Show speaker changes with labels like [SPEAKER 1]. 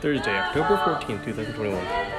[SPEAKER 1] Thursday, October 14, 2021.